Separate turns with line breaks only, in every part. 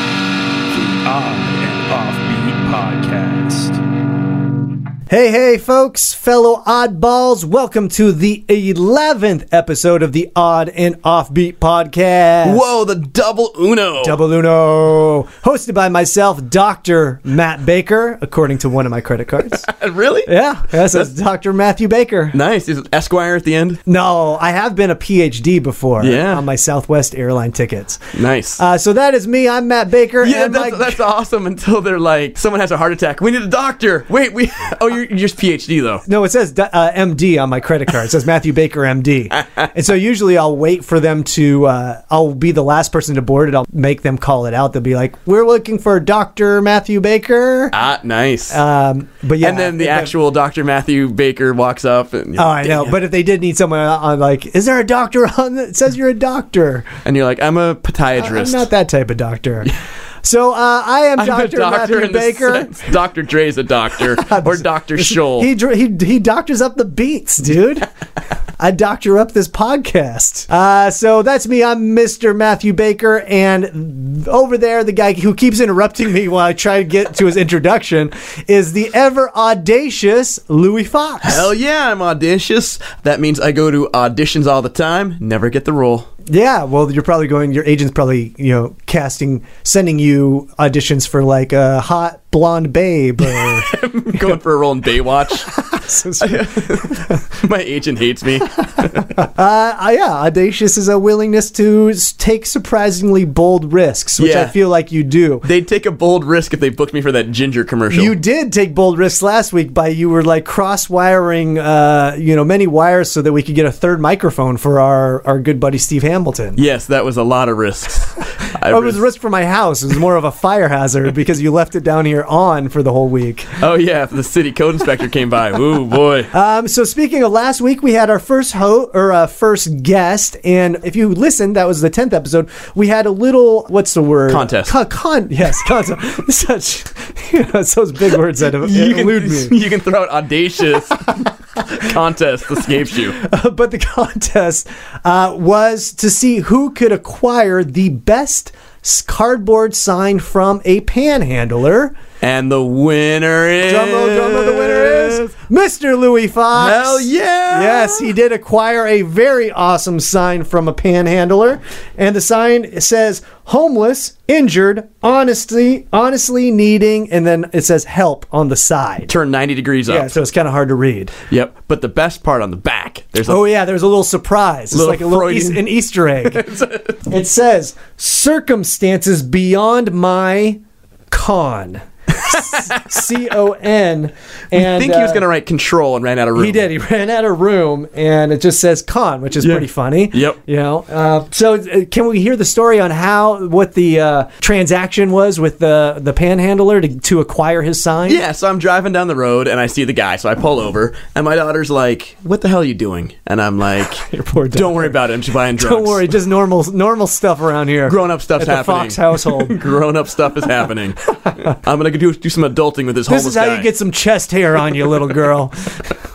On and Offbeat Podcast.
Hey, hey, folks, fellow oddballs, welcome to the 11th episode of the Odd and Offbeat Podcast.
Whoa, the double Uno.
Double Uno, hosted by myself, Dr. Matt Baker, according to one of my credit cards.
Uh, really?
yeah, that says Dr. Matthew Baker.
Nice. Is it Esquire at the end?
No, I have been a PhD before
Yeah.
on my Southwest airline tickets.
Nice.
Uh, so that is me. I'm Matt Baker.
yeah,
and
that's,
my-
that's awesome until they're like, someone has a heart attack. We need a doctor. Wait, we. Oh, you're, you're just PhD, though.
No, it says uh, MD on my credit card. It says Matthew Baker MD. and so usually I'll wait for them to, uh, I'll be the last person to board it. I'll make them call it out. They'll be like, we're looking for Dr. Matthew Baker.
Ah, nice.
Um, but yeah.
and then the actual Dr. Matthew Baker walks up and,
Oh, I know. But if they did need someone, I'm like, is there a doctor on that says you're a doctor?
and you're like, I'm a podiatrist.
I'm not that type of doctor. So uh, I am
I'm a
Dr.
doctor
Matthew
in the
Baker.
sense- Dr. Dre's a doctor. or Dr. Scholl.
He, dr- he he doctors up the beats, dude. I doctor up this podcast. Uh, so that's me. I'm Mr. Matthew Baker, and over there, the guy who keeps interrupting me while I try to get to his introduction is the ever audacious Louis Fox.
Hell yeah, I'm audacious. That means I go to auditions all the time, never get the role.
yeah! Well, you're probably going. Your agent's probably you know casting, sending you auditions for like a hot blonde babe. Or,
Going for a role in Baywatch. My agent hates me.
Uh, yeah, audacious is a willingness to s- take surprisingly bold risks, which I
Yeah.
feel like you do.
They'd take a bold risk if they booked me for that ginger commercial.
You did take bold risks last week by you were like cross wiring, uh, you know, many wires so that we could get a third microphone for our, our good buddy Steve Hamilton. Oh,
yes, that was a lot of risks. I
It was a
risk-
risk for my house. It was more of a fire hazard because you left it down here on for the whole week.
oh yeah, if the city code inspector came by. Ooh boy.
Um, so speaking of last week, we had our first ho or uh, first guest, and if you listened, that was the tenth episode. We had a little what's the word
Contest.
Con, con- yes, contest. Such you know, it's those big words that elude me.
you can throw out audacious contest escapes you.
Uh, but the contest uh, was to see who could acquire the best s- cardboard sign from a panhandler.
And the winner is
Drum roll, drum roll, the winner is Mr. Louis Fox.
Hell yeah!
Yes, he did acquire a very awesome sign from a panhandler. And the sign says homeless, injured, honestly, honestly needing, and then it says help on the side.
Turn 90 degrees up.
Yeah, so it's kind of hard to read.
Yep. But the best part on the back, there's a
Oh yeah, there's a little surprise. It's
Little
like a little
Freudian-
eas- an Easter egg. it says circumstances beyond my con. C O N.
I think he was going to write control and ran out of room.
uh, He did. He ran out of room, and it just says con, which is pretty funny.
Yep.
You know. Uh, so, uh, can we hear the story on how what the uh, transaction was with the the panhandler to, to acquire his sign?
Yeah, so I'm driving down the road and I see the guy, so I pull over, and my daughter's like, "What the hell are you doing?" And I'm like,
Your poor
"Don't worry about it. I'm just buying drugs.
Don't worry. Just normal normal stuff around here.
Grown up stuff's
at the
happening.
Fox household.
Grown up stuff is happening. I'm gonna do do some adulting with
This
this, homeless
is how
guy.
you get some chest hair on you, little girl.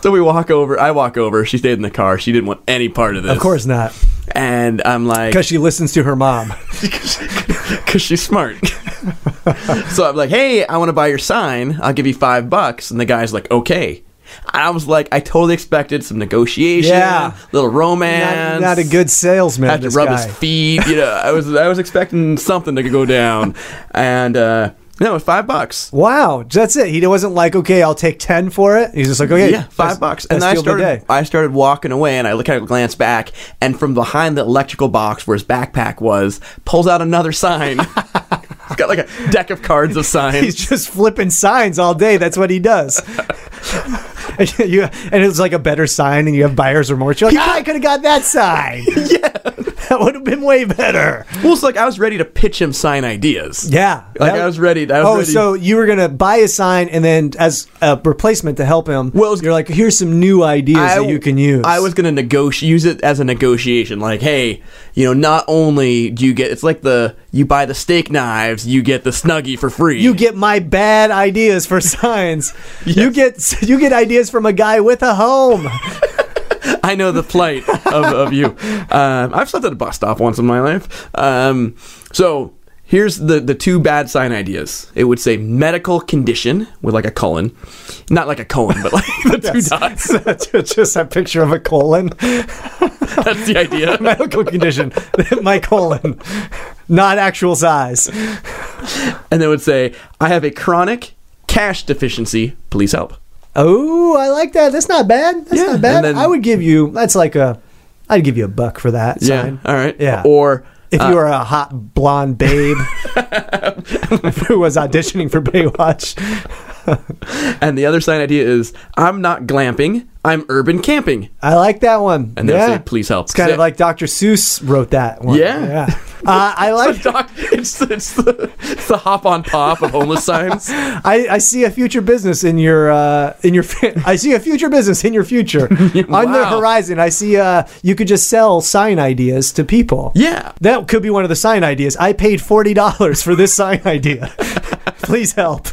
so we walk over. I walk over. She stayed in the car. She didn't want any part of this.
of course not,
And I'm like,
because she listens to her mom.
because she's smart. so I'm like, hey, I want to buy your sign. I'll give you five bucks. And the guy's like, okay. I was like, I totally expected some negotiation,
Yeah.
little
Not,
romance.
not a good salesman.
had to
this
rub
guy.
his feet. You know, I was I was expecting something to go down, and uh, no, it was five bucks.
Wow, that's it. He wasn't like, okay, I'll take ten for it. He's just like, okay,
Yeah, five
best-
bucks. And
best
I
deal of the day.
started. I started walking away, and I kind of glanced back, and from behind the electrical box where his backpack was, pulls out another sign. He's got like a deck of cards of
He's
signs.
just flipping signs all day. That's what he does. and, you, and it was like a better sign, and you have buyer's remorse. You're like, "Ah, I could have got that sign. yeah, that would have been way better.
Well, it's like I was ready to pitch him sign ideas.
Yeah.
Like
That-
I was ready. I was
oh,
ready.
so you were gonna buy a sign and then as a replacement to help him.
Well, it was-
you're like, here's some new ideas
I-
that you can use.
I was gonna negotiate, use it as a negotiation. Like, hey, you know, not only do you get, it's like the you buy the steak knives, you get the snuggie for free.
You get my bad ideas for signs. You get you get ideas from a guy with a home.
I know the plight of, of you. Um, I've slept at a bus stop once in my life. Um, so here's the, the two bad sign ideas. It would say medical condition with like a colon, not like a colon, but like the two dots.
Just a picture of a colon.
That's the idea.
medical condition. My colon. Not actual size.
And they would say, I have a chronic cash deficiency. Please help.
Oh, I like that. That's not bad. That's
Yeah,
not bad.
and then-
I would give you that's like a I'd give you a buck for that sign.
Yeah. All right.
Yeah.
Or
If
uh,
you were a hot blonde babe who was auditioning for Baywatch.
and the other sign idea is, I'm not glamping. I'm urban camping.
I like that one.
And they'll
yeah.
say, please help.
It's kind of like Dr. Seuss wrote that one.
Yeah.
Uh, I like.
Doc, it's, it's, the, it's the hop on pop of homeless signs.
I, I see a future business in your uh, in your. I see a future business in your future on the
Wow.
horizon. I see. Uh, you could just sell sign ideas to people.
Yeah.
That could be one of the sign ideas. I paid forty dollars for this sign idea. Please help.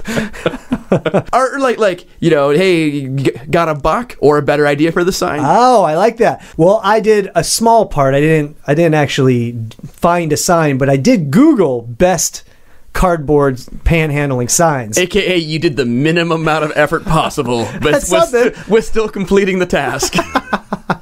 Or, or like like you know, hey, you g- got a buck or a better idea for the sign?
Oh, I like that. Well, I did a small part. I didn't I didn't actually find a sign, but I did Google best cardboard panhandling signs.
AKA, you did the minimum amount of effort possible, but
That's
we're,
something.
st- we're still completing the task.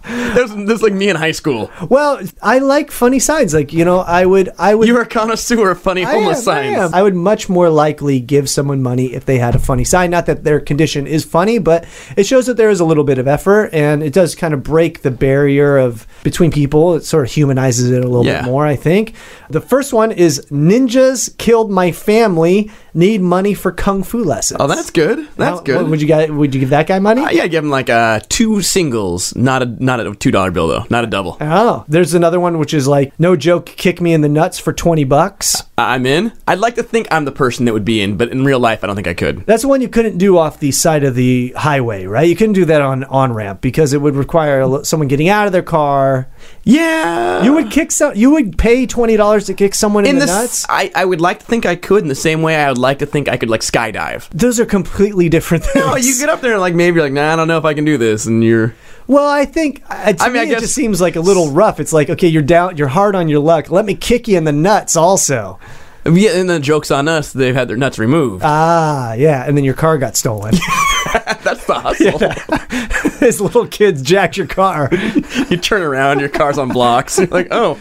There's, there's like me in high school.
Well, I like funny signs. Like you know, I would, I would.
You're a connoisseur of funny
I
homeless
am, I
signs.
am. I would much more likely give someone money if they had a funny sign. Not that their condition is funny, but it shows that there is a little bit of effort, and it does kind of break the barrier of between people. It sort of humanizes it a little
Yeah.
bit more, I think. The first one is ninjas killed my family. Need money for kung fu lessons.
Oh, that's good.
Now,
That's good.
Would you guys, Would you give that guy money?
Uh, yeah, give him like uh, two singles, not a not a two dollar bill though, not a double.
Oh, there's another one which is like, no joke, kick me in the nuts for 20 bucks.
I'm in. I'd like to think I'm the person that would be in, but in real life, I don't think I could.
That's the one you couldn't do off the side of the highway, right? You couldn't do that on on ramp because it would require a lo- someone getting out of their car.
Yeah,
You would kick some. You would pay twenty dollars to kick someone in,
in
the
this.
nuts.
I I would like to think I could in the same way I would like to think I could like skydive.
Those are completely different things.
No, you get up there and like maybe you're like, nah, I don't know if I can do this, and you're
Well, I think uh, to
I mean, I
me, it
guess-
just seems like a little rough. It's like, okay, you're down, you're hard on your luck. Let me kick you in the nuts, also.
yeah, and then jokes on us. They've had their nuts removed.
Ah, yeah, and then your car got stolen.
That's the hustle.
His little kids jacked your car.
you turn around, your car's on blocks. You're like, oh,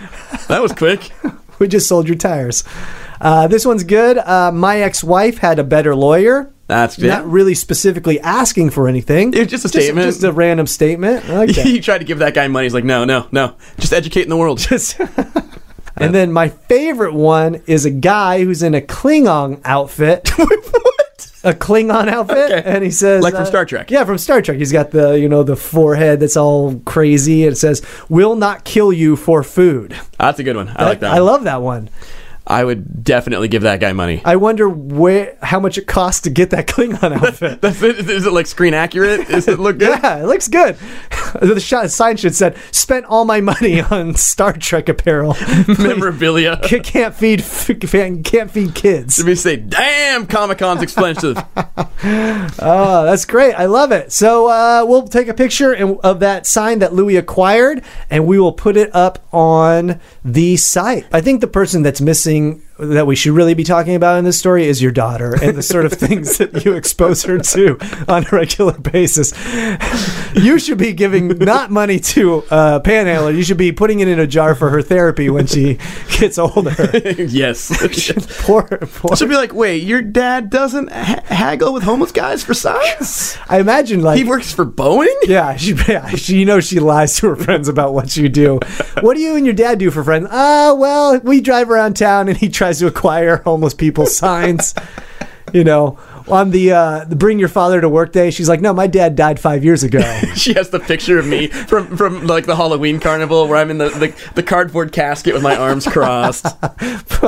that was quick.
we just sold your tires. Uh, this one's good. Uh, my ex-wife had a better lawyer.
That's yeah.
not really specifically asking for anything.
It's just a statement.
Just a random statement. I like that.
you tried to give that guy money. He's like, no, no, no. Just educating the world.
and then my favorite one is a guy who's in a Klingon outfit.
what?
A Klingon outfit,
Okay.
and he says, uh,
Like from Star Trek.
Yeah, from Star Trek. He's got the you know the forehead that's all crazy, and it says, "Will not kill you for food."
That's a good one. I like that.
I
one.
love that one.
I would definitely give that guy money.
I wonder where how much it costs to get that Klingon outfit.
That's it. Is it like screen accurate? Is it look good?
Yeah, it looks good. the shot, sign should said, "Spent all my money on Star Trek apparel.
Memorabilia.
Kid can't feed can't feed kids."
Let me say, damn, Comic Con's expensive.
Oh, that's great. I love it. So uh, we'll take a picture and, of that sign that Louis acquired, and we will put it up on the site. I think the person that's missing that we should really be talking about in this story is your daughter and the sort of things that you expose her to on a regular basis. you should be giving not money to uh, panhandler. You should be putting it in a jar for her therapy when she gets older.
yes. Should
poor, poor.
be like, wait, your dad doesn't ha- haggle with homeless guys for size?
I imagine like
He works for Boeing?
Yeah, she, yeah, she, you know, she lies to her friends about what you do. What do you and your dad do for friends? Ah, well, we drive around town and he tries to acquire homeless people's signs. You know, on the uh, the bring your father to work day. She's like, no, my dad died five years ago.
She has the picture of me from, from like the Halloween carnival where I'm in the, the, the cardboard casket with my arms crossed.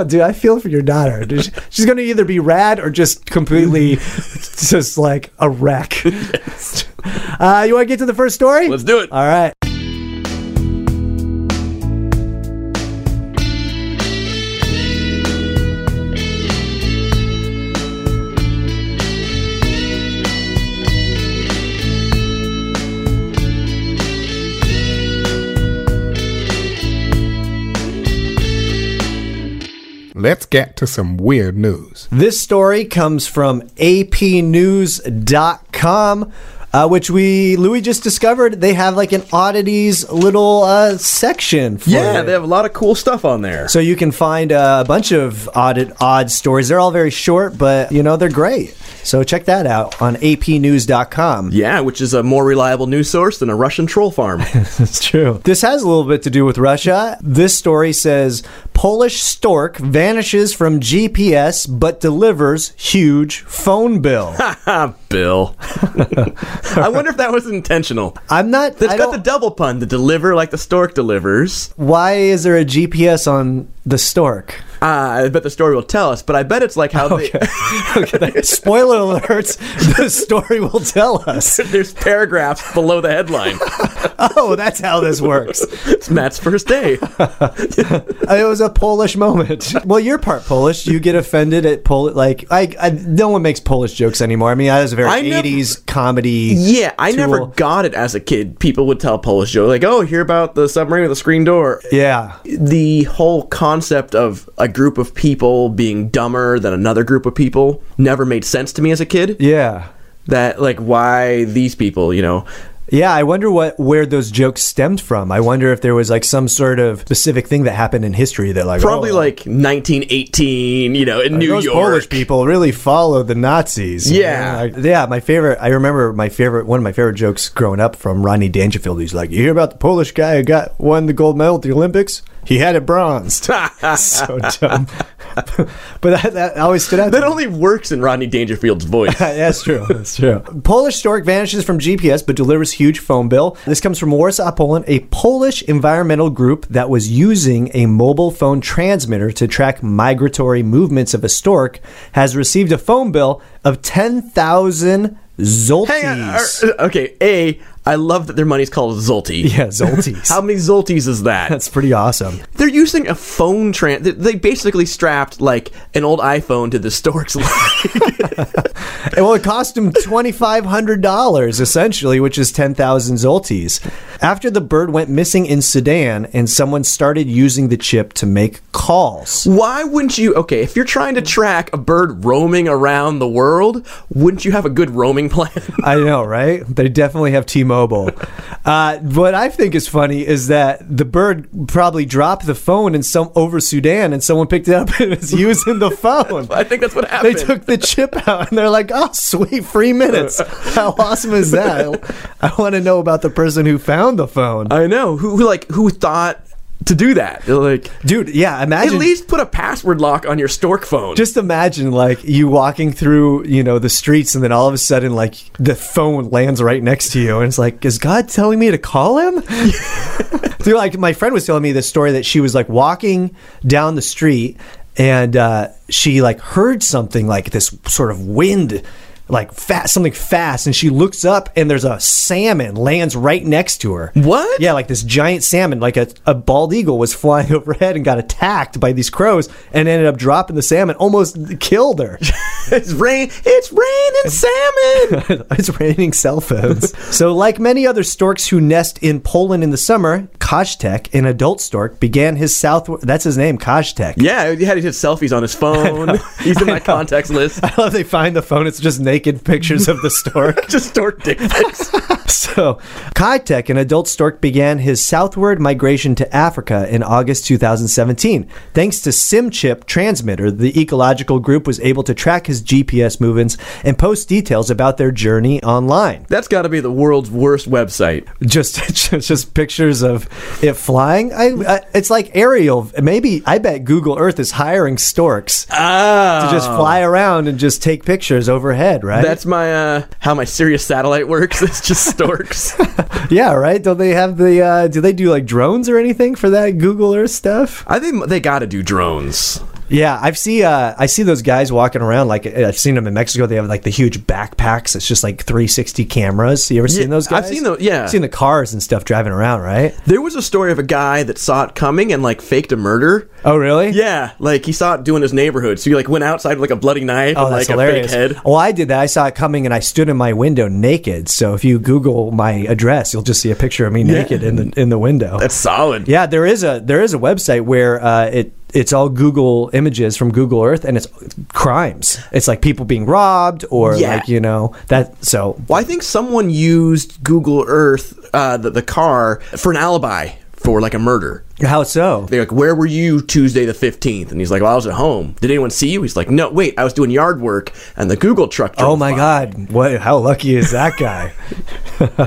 Dude, I feel for your daughter. Dude, she- She's going to either be rad or just completely just like a wreck. Uh, you want to get to the first story?
Let's do it.
All right.
Let's get to some weird news.
This story comes from apnews.com. Uh, which we Louis just discovered they have like an oddities little uh, section. For
Yeah,
it.
they have a lot of cool stuff on there.
So you can find uh, a bunch of odd, odd stories. They're all very short, but you know they're great. So check that out on apnews.com.
Yeah, which is a more reliable news source than a Russian troll farm.
That's true. This has a little bit to do with Russia. This story says Polish stork vanishes from GPS but delivers huge phone bill.
ah, Bill. I wonder if that was intentional.
I'm not.
That's
I
got
don't,
the double pun to deliver like the stork delivers.
why is there a GPS on the stork?
Uh, I bet the story will tell us, but I bet it's like how they,
Spoiler alerts. The story will tell us.
there's paragraphs below the headline.
Oh, that's how this works.
It's Matt's first day.
it was a Polish moment. Well, you're part Polish. You get offended at Pol like I, I no one makes Polish jokes anymore. I mean, that was a very
I never-
80s comedy.
Yeah, I never
tool.
got it as a kid. People would tell Polish joke like, "Oh, hear about the submarine with a screen door."
Yeah.
The whole concept of a group of people being dumber than another group of people never made sense to me as a kid.
Yeah.
That like why these people, you know?
Yeah, I wonder what where those jokes stemmed from. I wonder if there was like some sort of specific thing that happened in history that like
Probably
oh,
like 1918, you know, in New
those
York.
Polish people really followed the Nazis. you
Yeah.
know? Like, yeah. My favorite. I remember my favorite. One of my favorite jokes growing up from Ronnie Dangerfield. He's like, "You hear about the Polish guy who got won the gold medal at the Olympics? He had it bronzed." so dumb. but that, that always stood out. to
That
me.
only works in Rodney Dangerfield's voice.
That's true. That's true. Polish stork vanishes from GPS but delivers huge phone bill. This comes from Warsaw, Poland, a Polish environmental group that was using a mobile phone transmitter to track migratory movements of a stork has received a phone bill of 10,000 zolties.
Hang on. er, Okay, A, I love that their money's called Zolty.
yeah, zolties.
How many Zolties is that?
That's pretty awesome.
They're using a phone tran. they- They basically strapped like an old iPhone to the stork's leg.
And, well, it cost him twenty five hundred dollars essentially, which is ten thousand zolties. After the bird went missing in Sudan, and someone started using the chip to make calls.
Why wouldn't you? Okay, if you're trying to track a bird roaming around the world, wouldn't you have a good roaming plan?
I know, right? They definitely have T-Mobile. Uh, what I think is funny is that the bird probably dropped the phone in some over Sudan, and someone picked it up and was using the phone.
I think that's what
They
happened.
took the chip out and they're like, oh, sweet, free minutes. How awesome is that? I, want to know about the person who found the phone.
I know who, who like who thought to do that. They're like,
Dude, yeah,
at
imagine.
least put a password lock on your stork phone.
just imagine like you walking through, you know, the streets and then all of a sudden like the phone lands right next to you and it's like, is God telling me to call him? Dude, like my friend was telling me this story that she was like walking down the street and uh, she like heard something like this sort of wind like fast something fast and she looks up and there's a salmon lands right next to her
What?
yeah like this giant salmon like a, a bald eagle was flying overhead and got attacked by these crows and ended up dropping the salmon almost killed her
it's rain. It's rain and salmon.
it's raining cell phones. so, like many other storks who nest in Poland in the summer, Kosztek, an adult stork, began his south. That's his name, Kosztek.
yeah, he had his selfies on his phone. He's in my contacts list.
I love they find the phone. It's just naked pictures of the stork.
Just stork dick pics.
so, Kotek, an adult stork, began his southward migration to Africa in August 2017. Thanks to SimChip Transmitter, the ecological group was able to track his GPS movements and post details about their journey online.
That's got to be the world's worst website.
just just, just pictures of If flying, I, I it's like aerial. Maybe I bet Google Earth is hiring storks
Ah,
to just fly around and just take pictures overhead, right?
That's my uh, how my Sirius satellite works. It's just storks.
yeah, right. Don't they have the? Uh, do they do like drones or anything for that Google Earth stuff?
I think they got to do drones.
Yeah, I've see uh, I see those guys walking around. Like uh, I've seen them in Mexico. They have like the huge backpacks. It's just like 360 cameras. You ever seen those
I've
guys?
seen those, yeah.
seen the cars and stuff driving around. Right?
There was a story of a guy that saw it coming and like faked a murder.
Oh, really?
Yeah, like he saw it doing his neighborhood, so he like went outside with like a bloody knife
Oh,
and
that's
like
hilarious.
a fake head.
Well, I did that. I saw it coming and I stood in my window naked. So if you Google my address, you'll just see a picture of me naked in the in the window.
That's solid.
yeah, there is a there is a website where uh, it it's all Google images from Google Earth and it's crimes. It's like people being robbed or
Yeah.
like, you know, that so
Well, I think someone used Google Earth, uh, the, the car, for an alibi for like a murder.
how so?
They're like, "Where were you Tuesday the 15th? And he's like, "Well, I was at home. Did anyone see you?" He's like, "No, wait, I was doing yard work, and the Google truck." Drove
Oh my
by."
God! What? How lucky is that guy?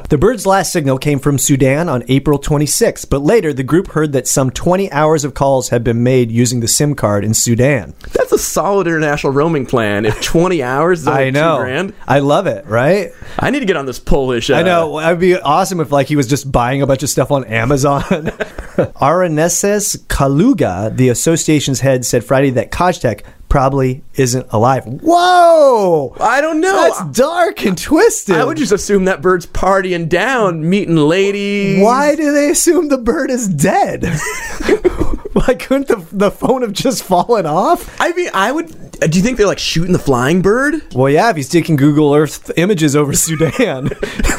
the bird's last signal came from Sudan on April 26, but later the group heard that some 20 hours of calls had been made using the SIM card in Sudan.
That's a solid international roaming plan. If 20 hours, is only
I know.
Two grand.
I love it. Right?
I need to get on this Polish. Uh,
I know. It'd be awesome if like he was just buying a bunch of stuff on Amazon. Araneses Kaluga, the association's head, said Friday that Kajtek probably isn't alive. Whoa!
I don't know.
That's dark and twisted.
I would just assume that bird's partying down, meeting ladies.
Why do they assume the bird is dead? Why couldn't the, the phone have just fallen off?
I mean, I would. uh, Do you think they're like shooting the flying bird?
Well, yeah, if he's taking Google Earth images over Sudan,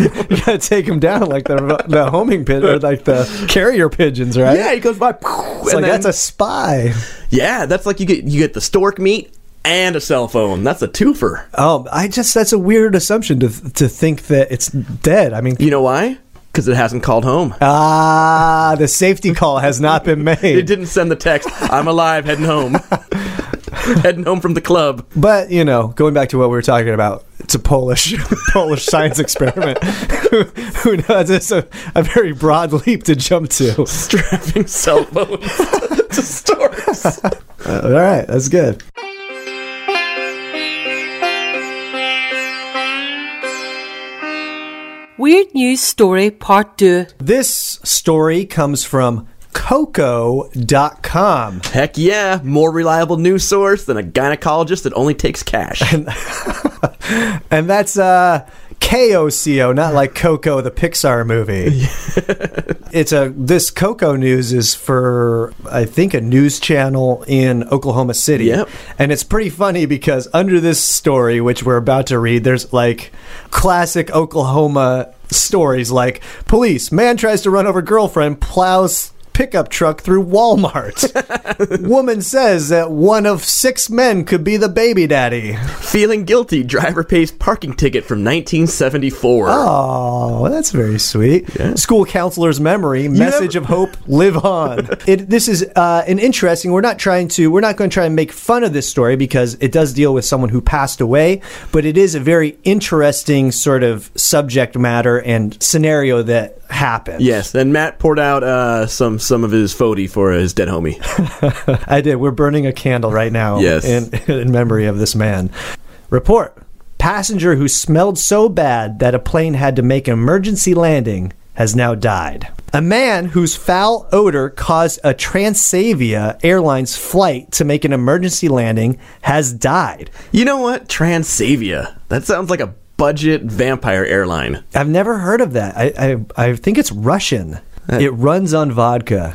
you gotta take him down like the, the homing pit or like the carrier pigeons, right?
Yeah, he goes by.
It's like that's a spy.
yeah, that's like you get you get the stork meat and a cell phone. That's a twofer.
Oh, I just that's a weird assumption to to think that it's dead. I mean,
You know why? Because it hasn't called home.
ah, the safety call has not been
It
made.
didn't send the text. I'm alive, heading home. heading home from the club.
But you know, going back to what we were talking about, it's a Polish Polish science experiment. who, who knows? It's a, a very broad leap to jump to.
Strapping cell phones to storks.
All right, that's good.
Weird News Story Part 2.
This story comes from Coco.com.
Heck yeah, more reliable news source than a gynecologist that only takes cash.
And that's uh KOCO, not like Coco the Pixar movie. it's a this Coco news is for I think a news channel in Oklahoma City.
Yep.
And it's pretty funny because under this story which we're about to read there's like classic Oklahoma stories like police man tries to run over girlfriend plows pickup truck through Walmart. Woman says that one of 6 men could be the baby daddy.
Feeling guilty, driver pays parking ticket from 1974.
Oh, that's very sweet. School counselor's memory, message of hope, live on. it, this is uh, an interesting. We're not trying to. We're not going to try and make fun of this story because it does deal with someone who passed away, but it is a very interesting sort of subject matter and scenario that happened.
Yes, and Matt poured out uh, some some of his fody for his dead homie.
I did. We're burning a candle right now
Yes.
in, in memory of this man. Report Passenger who smelled so bad that a plane had to make an emergency landing has now died. A man whose foul odor caused a Transavia Airlines flight to make an emergency landing has died.
You know what? Transavia. That sounds like a budget vampire airline.
I've never heard of that. I, I, I think it's Russian. It runs on vodka.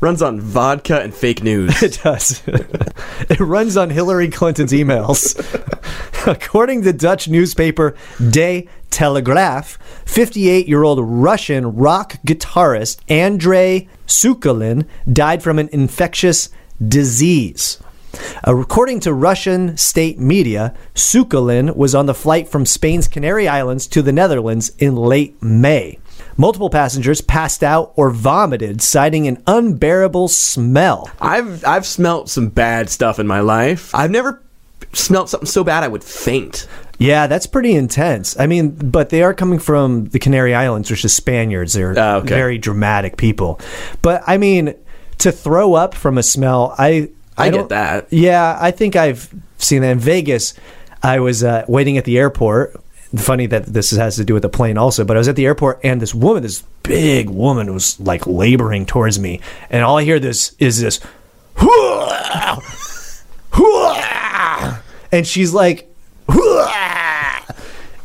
Runs on vodka and fake
It
news.
does. it runs on Hillary Clinton's emails. According to Dutch newspaper De Telegraaf, 58 year old Russian rock guitarist Andrei Sukolin died from an infectious disease. According to Russian state media, Sukolin was on the flight from Spain's Canary Islands to the Netherlands in late May. Multiple passengers passed out or vomited, citing an unbearable smell.
I've I've smelt some bad stuff in my life. I've never smelt something so bad I would faint.
Yeah, that's pretty intense. I mean, but they are coming from the Canary Islands, which is Spaniards. They're
Ah, okay.
very dramatic people. But I mean, to throw up from a smell, I
I get
don't-
that.
Yeah, I think I've seen that in Vegas. I was uh, waiting at the airport. Funny that this has to do with the plane also, but I was at the airport and this woman, this big woman, was like laboring towards me, and all I hear this is this. and she's like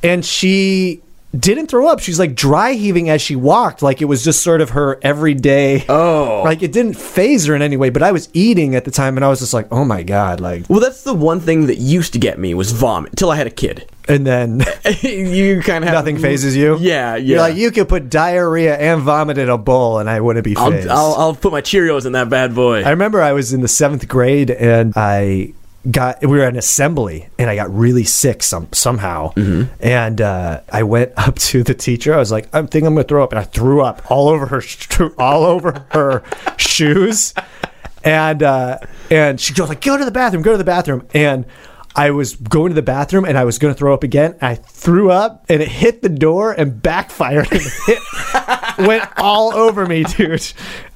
and she didn't throw up she's like dry heaving as she walked like it was just sort of her everyday oh like it didn't phase her in any way but i was eating at the time and i was just like oh my god like
Well, that's the one thing that used to get me was vomit till I had a kid.
and then
you kind of have
nothing phases you
Yeah, yeah.
you're like you could put diarrhea and vomit in a bowl and i wouldn't be phased
I'll, I'll, I'll put my Cheerios in that bad boy.
I remember I was in the seventh grade and I got we were at an assembly and I got really sick some somehow and uh, I went up to the teacher I was like I think I'm gonna throw up and I threw up all over her stru- all over her shoes and uh, and she goes like go to the bathroom go to the bathroom and I was going to the bathroom and I was going to throw up again. I threw up and it hit the door and backfired and hit, went all over me, dude.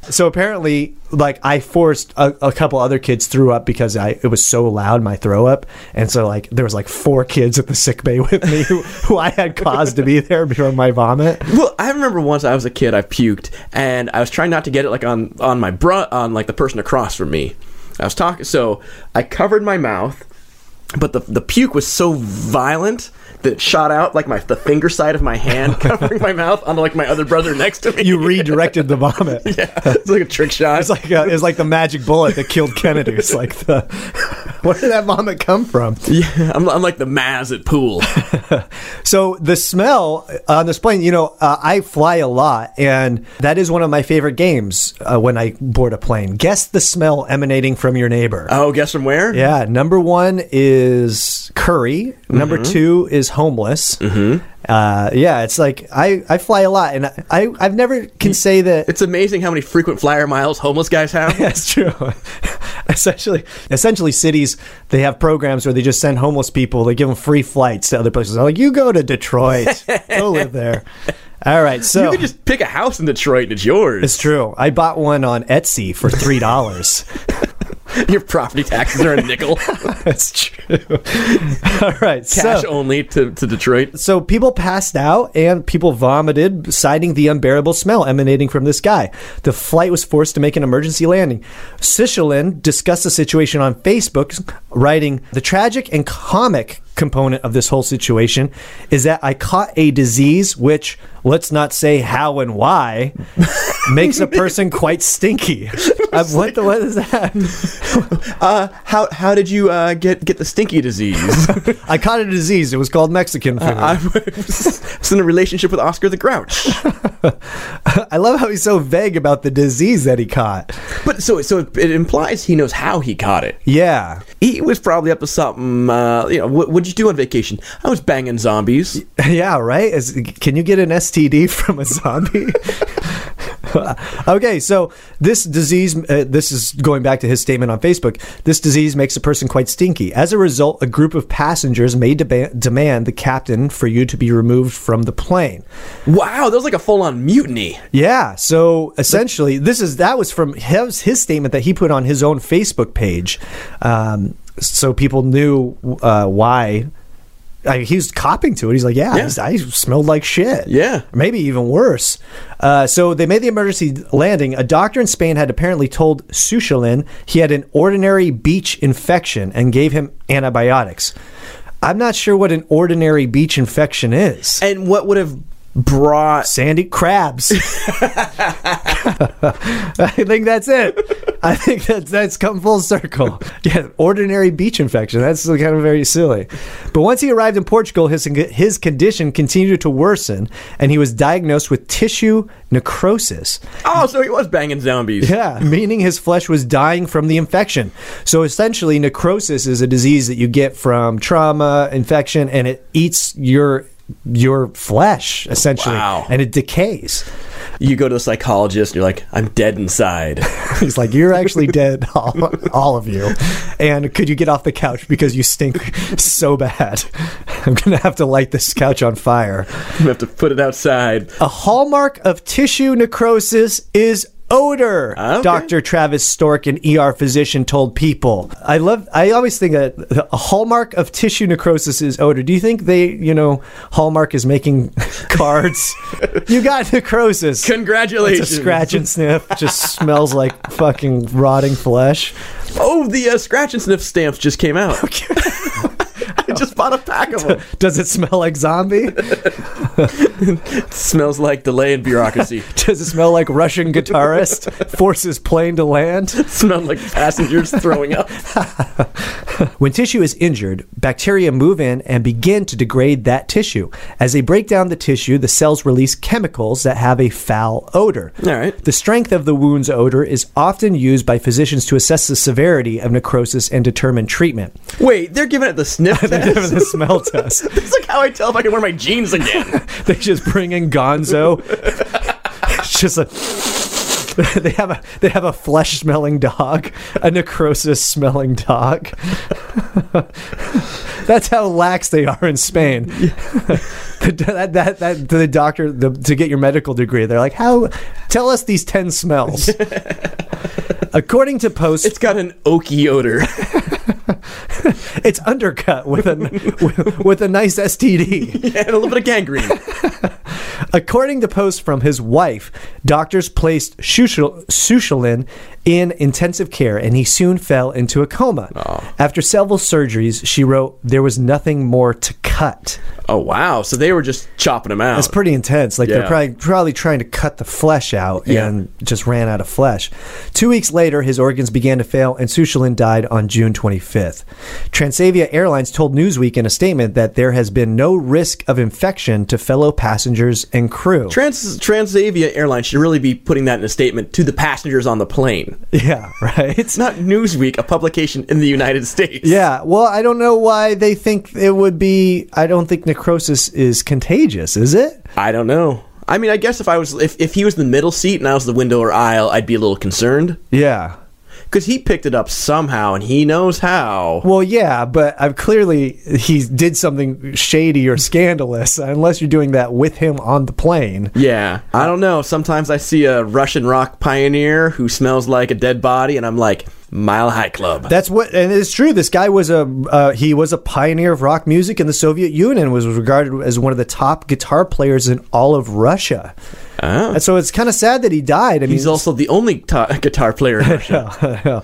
So apparently, like I forced a, a couple other kids threw up because I it was so loud my throw up, and so like there was like four kids at the sick bay with me who, who I had caused to be there from my vomit.
Well, I remember once I was a kid, I puked, and I was trying not to get it like on on my bra on like the person across from me. I was talking, so I covered my mouth, but the the puke was so violent that it shot out like my the finger side of my hand covering my mouth onto like my other brother next to me.
You redirected the vomit.
yeah, it's like a trick shot.
It's like a, it's like the magic bullet that killed Kennedy. It's like the where did that vomit come from?
yeah, I'm, I'm like the Maz at pool.
So the smell on this plane, you know, uh, I fly a lot, and that is one of my favorite games uh, when I board a plane. Guess the smell emanating from your neighbor.
Oh, guess from where?
yeah, number one is curry. Number two is homeless. Mm-hmm. Uh, yeah, it's like I, I fly a lot, and I, I I've never can say that
It's amazing how many frequent flyer miles homeless guys have.
That's true. essentially, essentially, cities they have programs where they just send homeless people. They give them free flights to other places. They're like, you go to Detroit, go live there. All right, so
You could just pick a house in Detroit and it's yours.
it's true. I bought one on Etsy for three dollars.
Your property taxes are a nickel.
That's true. All right,
Cash
so.
only to, to Detroit.
So people passed out and people vomited, citing the unbearable smell emanating from this guy. The flight was forced to make an emergency landing. Sichelin discussed the situation on Facebook, writing, The tragic and comic component of this whole situation is that I caught a disease which, let's not say how and why, makes a person quite stinky. Uh, what, the, what is that?
Uh, how how did you uh, get get the stinky disease?
I caught a disease. It was called Mexican fever.
I was in a relationship with Oscar the Grouch.
I love how he's so vague about the disease that he caught.
But so so it implies he knows how he caught it.
Yeah.
He was probably up to something. Uh, you know, what, what'd you do on vacation? I was banging zombies.
Yeah, right? Is, can you get an STD from a zombie? okay, so this disease, uh, this is going back to his statement on Facebook. This disease makes a person quite stinky. As a result, a group of passengers may deba- demand the captain for you to be removed from the plane.
Wow, that was like a full on mutiny.
Yeah, so essentially, this is that was from his, his statement that he put on his own Facebook page, um, so people knew uh, why. I mean, he's copping to it. He's like, "Yeah,
Yeah.
I, I smelled like shit.
Yeah.
maybe even worse." Uh, so they made the emergency landing. A doctor in Spain had apparently told Suchalin he had an ordinary beach infection and gave him antibiotics. I'm not sure what an ordinary beach infection is.
And what would have brought?
Sandy crabs. I think that's it. I think that's that's come full circle. Yeah, ordinary beach infection. That's kind of very silly. But once he arrived in Portugal, his his condition continued to worsen, and he was diagnosed with tissue necrosis.
Oh, so he was banging zombies.
Yeah, meaning his flesh was dying from the infection. So essentially, necrosis is a disease that you get from trauma, infection, and it eats your your flesh essentially,
Wow.
and it decays.
you go to a psychologist and you're like, I'm dead inside.
He's like, you're actually dead, all, all of you. And could you get off the couch because you stink so bad? I'm going to have to light this couch on fire.
You have to put it outside.
A hallmark of tissue necrosis is odor.
Ah, Okay.
Dr. Travis Stork, an ER physician, told people. I love. I always think that a hallmark of tissue necrosis is odor. Do you think they, you know, Hallmark is making cards? you got necrosis.
Congratulations.
It's a scratch and sniff. Just smells like fucking rotting flesh.
Oh, the uh, scratch and sniff stamps just came out. I just bought a pack of them.
Does it smell like zombie?
Smells like delay and bureaucracy.
Does it smell like Russian guitarist forces plane to land?
Smells like passengers throwing up.
When tissue is injured, bacteria move in and begin to degrade that tissue. As they break down the tissue, the cells release chemicals that have a foul odor.
All right.
The strength of the wound's odor is often used by physicians to assess the severity of necrosis and determine treatment.
Wait, they're giving it the sniff test.
the smell test.
It's like how I tell if I can wear my jeans again.
They just bring in Gonzo. it's just a. They have a they have a flesh smelling dog, a necrosis smelling dog. That's how lax they are in Spain. The- that, that, that, to the doctor the, to get your medical degree, they're like, "How? Tell us these ten smells." According to Post,
It's got an oaky odor.
it's undercut with a with, with a nice STD.
Yeah, and a little bit of gangrene.
According to posts from his wife, doctors placed Shushil- Shushalin in intensive care and he soon fell into a coma. After several surgeries, she wrote, There was nothing more to cut.
Oh wow! So they were just chopping them out.
That's pretty intense. Like they're
Uh, Yeah.
probably, probably trying to cut the flesh out
Yeah.
and just ran out of flesh. Two weeks later, his organs began to fail and Sushalin died on June 25th. Transavia Airlines told Newsweek in a statement that there has been no risk of infection to fellow passengers and crew.
Trans Transavia Airlines should really be putting that in a statement to the passengers on the plane.
yeah, right?
It's not Newsweek, a publication in the United States.
Yeah, well, I don't know why they think it would be. I don't think necrosis is contagious, is it?
I don't know. I mean, I guess if I was if, if he was in the middle seat and I was the window or aisle, I'd be a little concerned
Yeah.
because he picked it up somehow and he knows how.
Well, yeah, but I've clearly he did something shady or scandalous, unless you're doing that with him on the plane.
Yeah, I don't know. Sometimes I see a Russian rock pioneer who smells like a dead body, and I'm like, Mile High Club.
That's what, and it's true. This guy was a uh, he was a pioneer of rock music in the Soviet Union. Was regarded as one of the top guitar players in all of Russia. And so it's kind of sad that he died. I mean,
He's also the only ta- guitar player in Russia.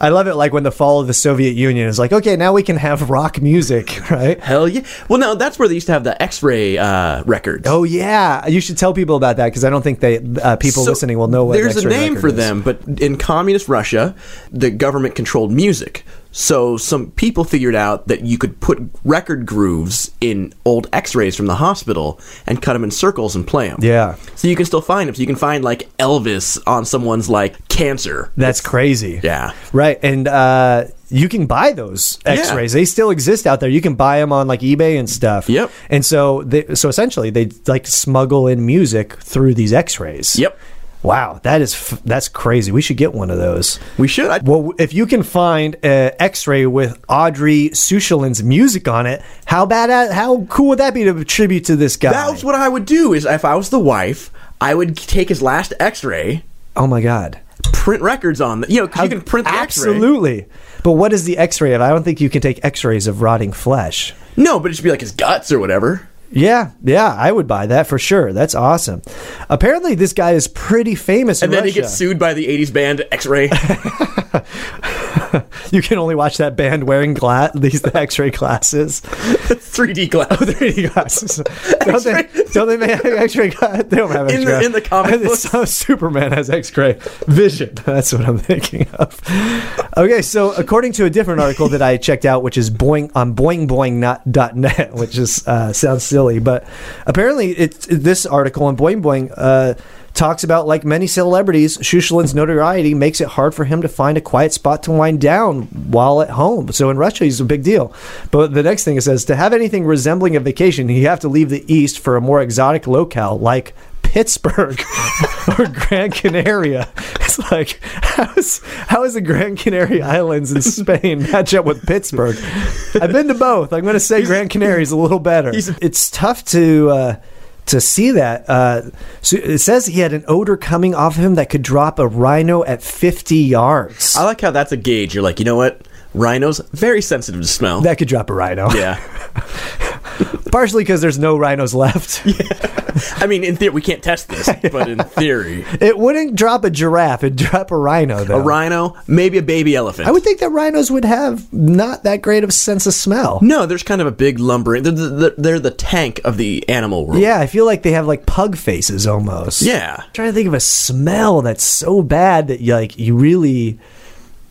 I love it. Like when the fall of the Soviet Union is like, okay, now we can have rock music, right?
Hell yeah! Well, no, that's where they used to have the X-ray uh, records.
Oh yeah, you should tell people about that because I don't think they uh, people
So,
listening will know what. an
There's a
X-ray
name
record
for
is.
them, but in communist Russia, the government controlled music. So some people figured out that you could put record grooves in old X-rays from the hospital and cut them in circles and play them.
Yeah.
So you can still find them. So you can find like Elvis on someone's like cancer.
That's crazy.
Yeah.
Right, and uh, you can buy those X-rays. They still exist out there. You can buy them on like eBay and stuff.
Yep.
And so, they, so essentially, they like smuggle in music through these X-rays.
Yep.
Wow, that is f- that's crazy. We should get one of those.
We should. I,
Well, if you can find an X-ray with Audrey Sushalin's music on it, how bad? How cool would that be to tribute to this guy?
that was what I would do. Is if I was the wife, I would take his last X-ray,
oh my god!
print records on. The, you know, 'cause you can print the X-ray.
Absolutely. But what is the X-ray of? I don't think you can take X-rays of rotting flesh.
No, but it should be like his guts or whatever.
Yeah, yeah, I would buy that for sure. That's awesome. Apparently, this guy is pretty famous.
And
in
then he
Russia.
gets sued by the 80s band X Ray.
you can only watch that band wearing gla- these the X-ray glasses.
3D glass.
3D glasses. don't, they, don't they make X-ray? gla- They don't have
In
X-ray.
the- in the comic
And it's- Superman has X-ray vision. That's what I'm thinking of. Okay, so according to a different article that I checked out, which is boing on boingboing.net, which is uh, sounds silly, but apparently it's this article on Boing Boing. Uh, Talks about like many celebrities, Shushalin's notoriety makes it hard for him to find a quiet spot to wind down while at home. So in Russia, he's a big deal. But the next thing it says to have anything resembling a vacation, you have to leave the east for a more exotic locale like Pittsburgh. Pittsburgh or Gran Canaria. It's like how is how is the Gran Canary Islands in Spain match up with Pittsburgh? I've been to both. I'm going to say Gran Canaria is a little better. It's tough to. Uh, to see that, uh, so it says he had an odor coming off of him that could drop a rhino at 50 yards.
I like how that's a gauge. You're like, you know what? Rhinos very sensitive to smell.
that could drop a rhino.
yeah.
Partially because there's no rhinos left.
I mean, in theory, we can't test this, but in theory,
It wouldn't drop a giraffe. It'd drop a rhino, though.
a rhino, maybe a baby elephant.
I would think that rhinos would have not that great of a sense of smell.
no, there's kind of a big lumbering. They're the, the, they're the tank of the animal world.
Yeah, I feel like they have like pug faces almost.
Yeah.
I'm trying to think of a smell that's so bad that you like you really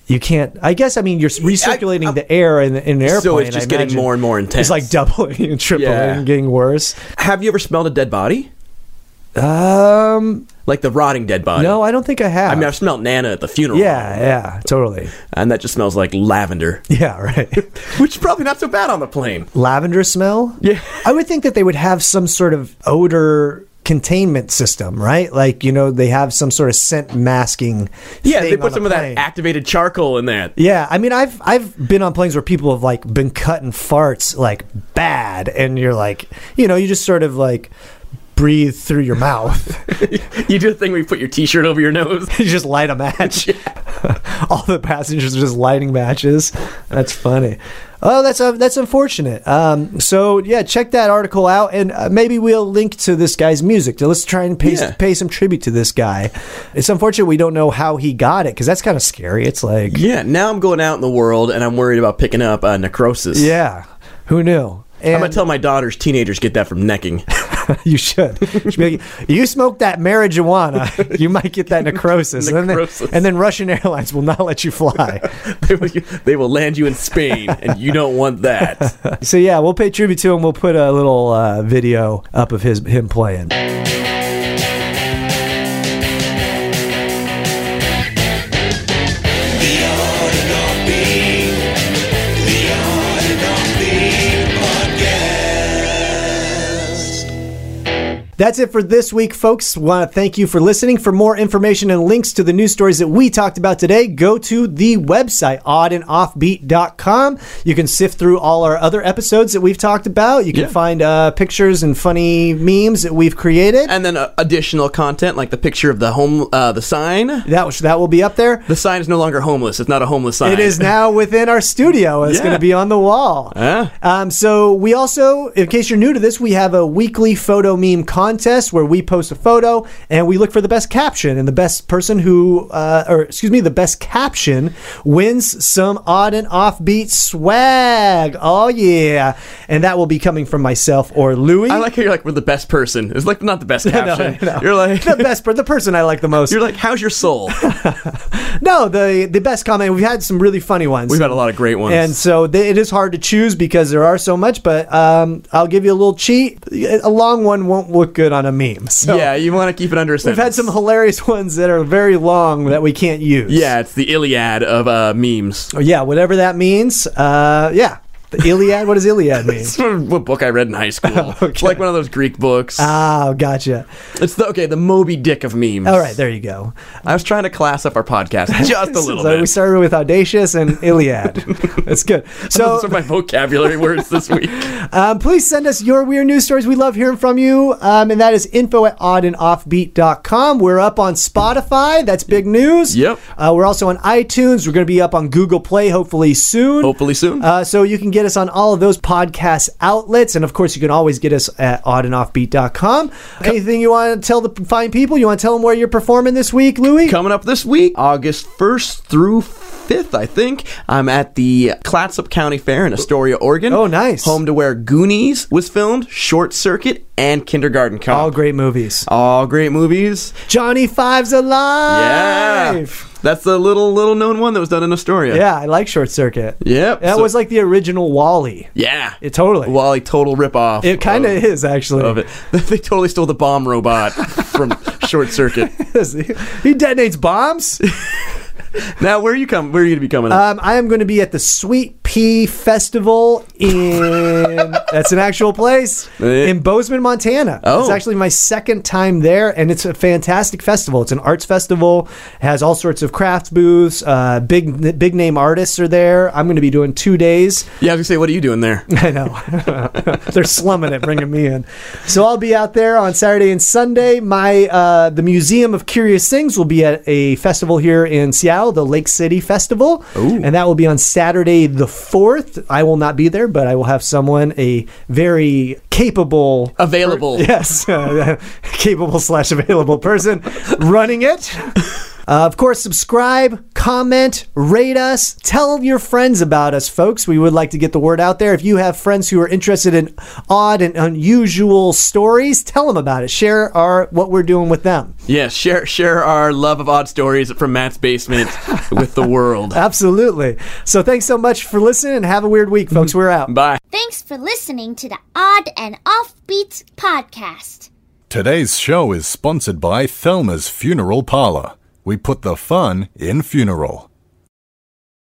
you can't. I guess I mean you're recirculating
I-
the air in, in an airplane.
So it's just
I
getting
imagine.
more and more intense.
It's like doubling and tripling
Yeah.
and getting worse.
Have you ever smelled a dead body?
Um,
Like the rotting dead body?
no, I don't think I have.
I mean, I've smelled Nana at the funeral.
yeah, yeah, totally.
And that just smells like lavender,
Yeah, right.
which is probably not so bad on the plane.
lavender smell.
Yeah.
I would think that they would have some sort of odor containment system, right? Like, you know, they have some sort of scent masking.
Yeah,
thing
they
on
put
a
some of
plane.
that activated charcoal in there.
Yeah, I mean, I've I've been on planes where people have like been cutting farts like bad, and you're like, you know, you just sort of like breathe through your mouth.
You do the thing where you put your t shirt over your nose.
you just light a match. All the passengers are just lighting matches. That's funny. Oh, that's uh, that's unfortunate. Um, so yeah, check that article out, and uh, maybe we'll link to this guy's music. So let's try and pay
Yeah.
pay some tribute to this guy. It's unfortunate we don't know how he got it because that's kind of scary. It's like
Yeah, now I'm going out in the world and I'm worried about picking up uh, necrosis.
yeah, who knew?
I'm
And
going to tell my daughters, teenagers, get that from necking.
you should. You, should be like, you smoke that marijuana, you might get that necrosis, And, then
Necrosis.
and then Russian Airlines will not let you fly.
they, will, they will land you in Spain, and you don't want that.
So yeah, we'll pay tribute to him. We'll put a little uh, video up of his him playing. That's it for this week, folks. Want to thank you for listening. For more information and links to the news stories that we talked about today, go to the website oddandoffbeat.com. You can sift through all our other episodes that we've talked about. You can
Yeah.
find uh, pictures and funny memes that we've created.
And then uh, additional content like the picture of the home, uh, the sign.
that that will be up there.
The sign is no longer homeless. It's not a homeless sign.
It is now within our studio. It's
Yeah.
going to be on the wall.
Yeah.
Um, so we also, in case you're new to this, we have a weekly photo meme contest where we post a photo and we look for the best caption and the best person who, uh, or excuse me, the best caption wins some odd and offbeat swag. Oh yeah, and that will be coming from myself or Louis.
I like how you're like, we're the best person. It's like not the best caption.
no.
You're like,
the best, per- the person I like the most.
you're like, how's your soul?
no, the the best comment. We've had some really funny ones.
We've had a lot of great ones.
And so th- it is hard to choose because there are so much, but um, I'll give you a little cheat. A long one won't look good on a meme. So
yeah, you want to keep it under a
we've
sentence.
had some hilarious ones that are very long that we can't use.
Yeah, it's the Iliad of uh, memes.
Oh, Yeah, whatever that means. Uh, yeah. The Iliad, what does Iliad mean?
It's from a book I read in high school. It's like one of those Greek books.
Oh, gotcha.
it's the okay, the Moby Dick of memes.
All right, there you go.
I was trying to class up our podcast just a little
so
bit.
we started with Audacious and Iliad. That's good. So
Those are my vocabulary words this week.
Um, please send us your weird news stories. We love hearing from you. Um, and that is info at oddandoffbeat.com. We're up on Spotify. That's big news.
Yep.
Uh, we're also on iTunes. We're going to be up on Google Play hopefully soon.
Hopefully soon.
Uh, so you can get us on all of those podcast outlets. And of course, you can always get us at oddandoffbeat.com. Anything you want to tell the fine people? You want to tell them where you're performing this week, Louis?
Coming up this week, August 1st through 5th, I think, I'm at the Clatsop County Fair in Astoria, Oregon.
Oh, nice.
Home to where Goonies was filmed, Short Circuit, and Kindergarten Cop.
All great movies.
All great movies.
Johnny Five's
Yeah.
Alive.
That's the little little known one that was done in Astoria.
Yeah, I like Short Circuit.
Yep.
That
so-
was like the original Wally.
Yeah.
It totally.
Wally total ripoff.
It kind of is actually.
of it. They totally stole the bomb robot from Short Circuit.
he detonates bombs. Uh,
Now where are you come where are you gonna be coming up?
Um, I am going to be at the Sweet Key Festival in that's an actual place
Eh.
in Bozeman, Montana.
Oh.
It's actually my second time there, and it's a fantastic festival. It's an arts festival, It has all sorts of craft booths. Uh, big big name artists are there. I'm going to be doing two days.
Yeah, I was gonna say, what are you doing there?
I know they're slumming it, bringing me in. So I'll be out there on Saturday and Sunday. My uh, the Museum of Curious Things will be at a festival here in Seattle, the Lake City Festival, and that will be on Saturday the fourth. I will not be there, but I will have someone, a very capable
Available.
yes, uh, capable slash available person running it. Uh, of course, subscribe, comment, rate us, tell your friends about us, folks. We would like to get the word out there. If you have friends who are interested in odd and unusual stories, tell them about it. Share our what we're doing with them.
Yeah, share share our love of odd stories from Matt's basement with the world.
Uh, Absolutely. So, thanks so much for listening. and Have a weird week, folks. We're out.
Bye.
Thanks for listening to the Odd and Offbeat podcast.
Today's show is sponsored by Thelma's Funeral Parlor. We put the fun in funeral.